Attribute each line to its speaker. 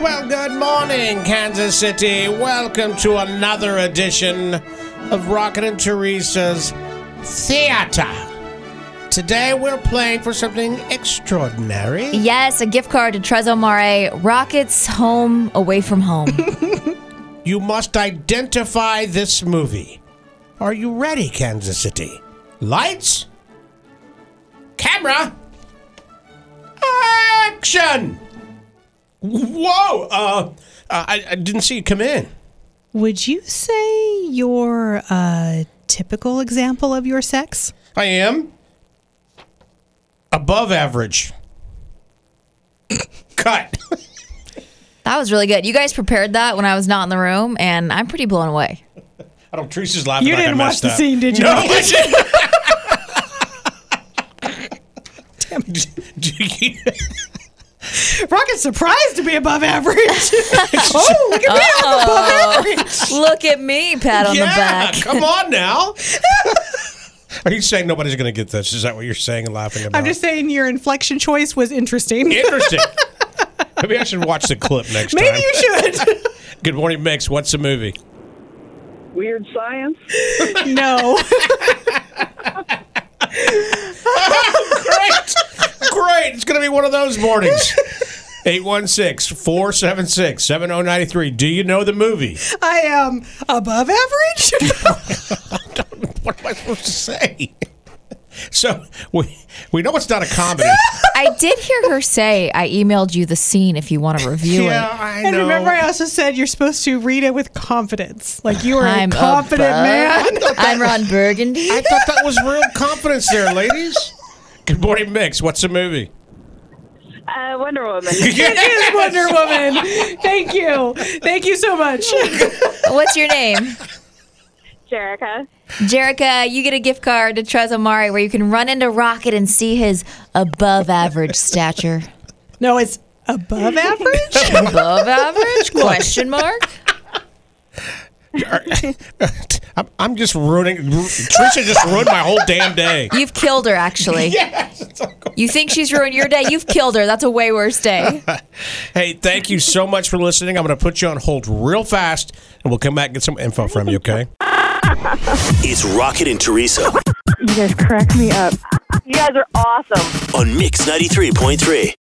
Speaker 1: Well, good morning, Kansas City. Welcome to another edition of Rocket and Teresa's Theater. Today we're playing for something extraordinary.
Speaker 2: Yes, a gift card to Trezzo Mare Rockets Home Away from Home.
Speaker 1: You must identify this movie. Are you ready, Kansas City? Lights, camera, action! Whoa! Uh, I, I didn't see you come in.
Speaker 3: Would you say you're a typical example of your sex?
Speaker 1: I am above average. Cut.
Speaker 2: that was really good. You guys prepared that when I was not in the room, and I'm pretty blown away.
Speaker 1: I don't. Teresa's laughing.
Speaker 3: You
Speaker 1: like I
Speaker 3: didn't watch
Speaker 1: messed
Speaker 3: the
Speaker 1: up.
Speaker 3: scene, did you?
Speaker 1: No, I didn't. Do- do you-
Speaker 3: Rocket's surprised to be above average. oh, look at me, I'm above average.
Speaker 2: Oh, Look at me, pat on the
Speaker 1: yeah,
Speaker 2: back.
Speaker 1: come on now. Are you saying nobody's going to get this? Is that what you're saying and laughing about?
Speaker 3: I'm just saying your inflection choice was interesting.
Speaker 1: interesting. Maybe I should watch the clip next time.
Speaker 3: Maybe you should.
Speaker 1: Good morning, Mix. What's the movie?
Speaker 4: Weird science?
Speaker 3: no.
Speaker 1: Great. Great. It's going to be one of those mornings. 816 476 7093. Do you know the movie?
Speaker 3: I am above average.
Speaker 1: What am I supposed to say? So we we know it's not a comedy.
Speaker 2: I did hear her say, I emailed you the scene if you want to review it.
Speaker 1: I
Speaker 3: and remember, I also said you're supposed to read it with confidence. Like you are
Speaker 2: I'm
Speaker 3: a confident
Speaker 2: above-
Speaker 3: man.
Speaker 2: I'm Ron Burgundy.
Speaker 1: I thought that was real confidence there, ladies. Good morning, Mix. What's the movie?
Speaker 4: Uh, Wonder Woman.
Speaker 3: It is Wonder Woman. Thank you. Thank you so much.
Speaker 2: What's your name?
Speaker 4: Jerica.
Speaker 2: Jerica, you get a gift card to Trezzo Mare where you can run into Rocket and see his above average stature.
Speaker 3: No, it's above average.
Speaker 2: Above average? Question mark?
Speaker 1: I'm, I'm just ruining. Trisha just ruined my whole damn day.
Speaker 2: You've killed her, actually.
Speaker 1: Yes.
Speaker 2: You think she's ruined your day? You've killed her. That's a way worse day.
Speaker 1: Hey, thank you so much for listening. I'm going to put you on hold real fast, and we'll come back and get some info from you. Okay?
Speaker 5: It's Rocket and Teresa
Speaker 4: You guys crack me up. You guys are awesome.
Speaker 5: on Mix 93.3.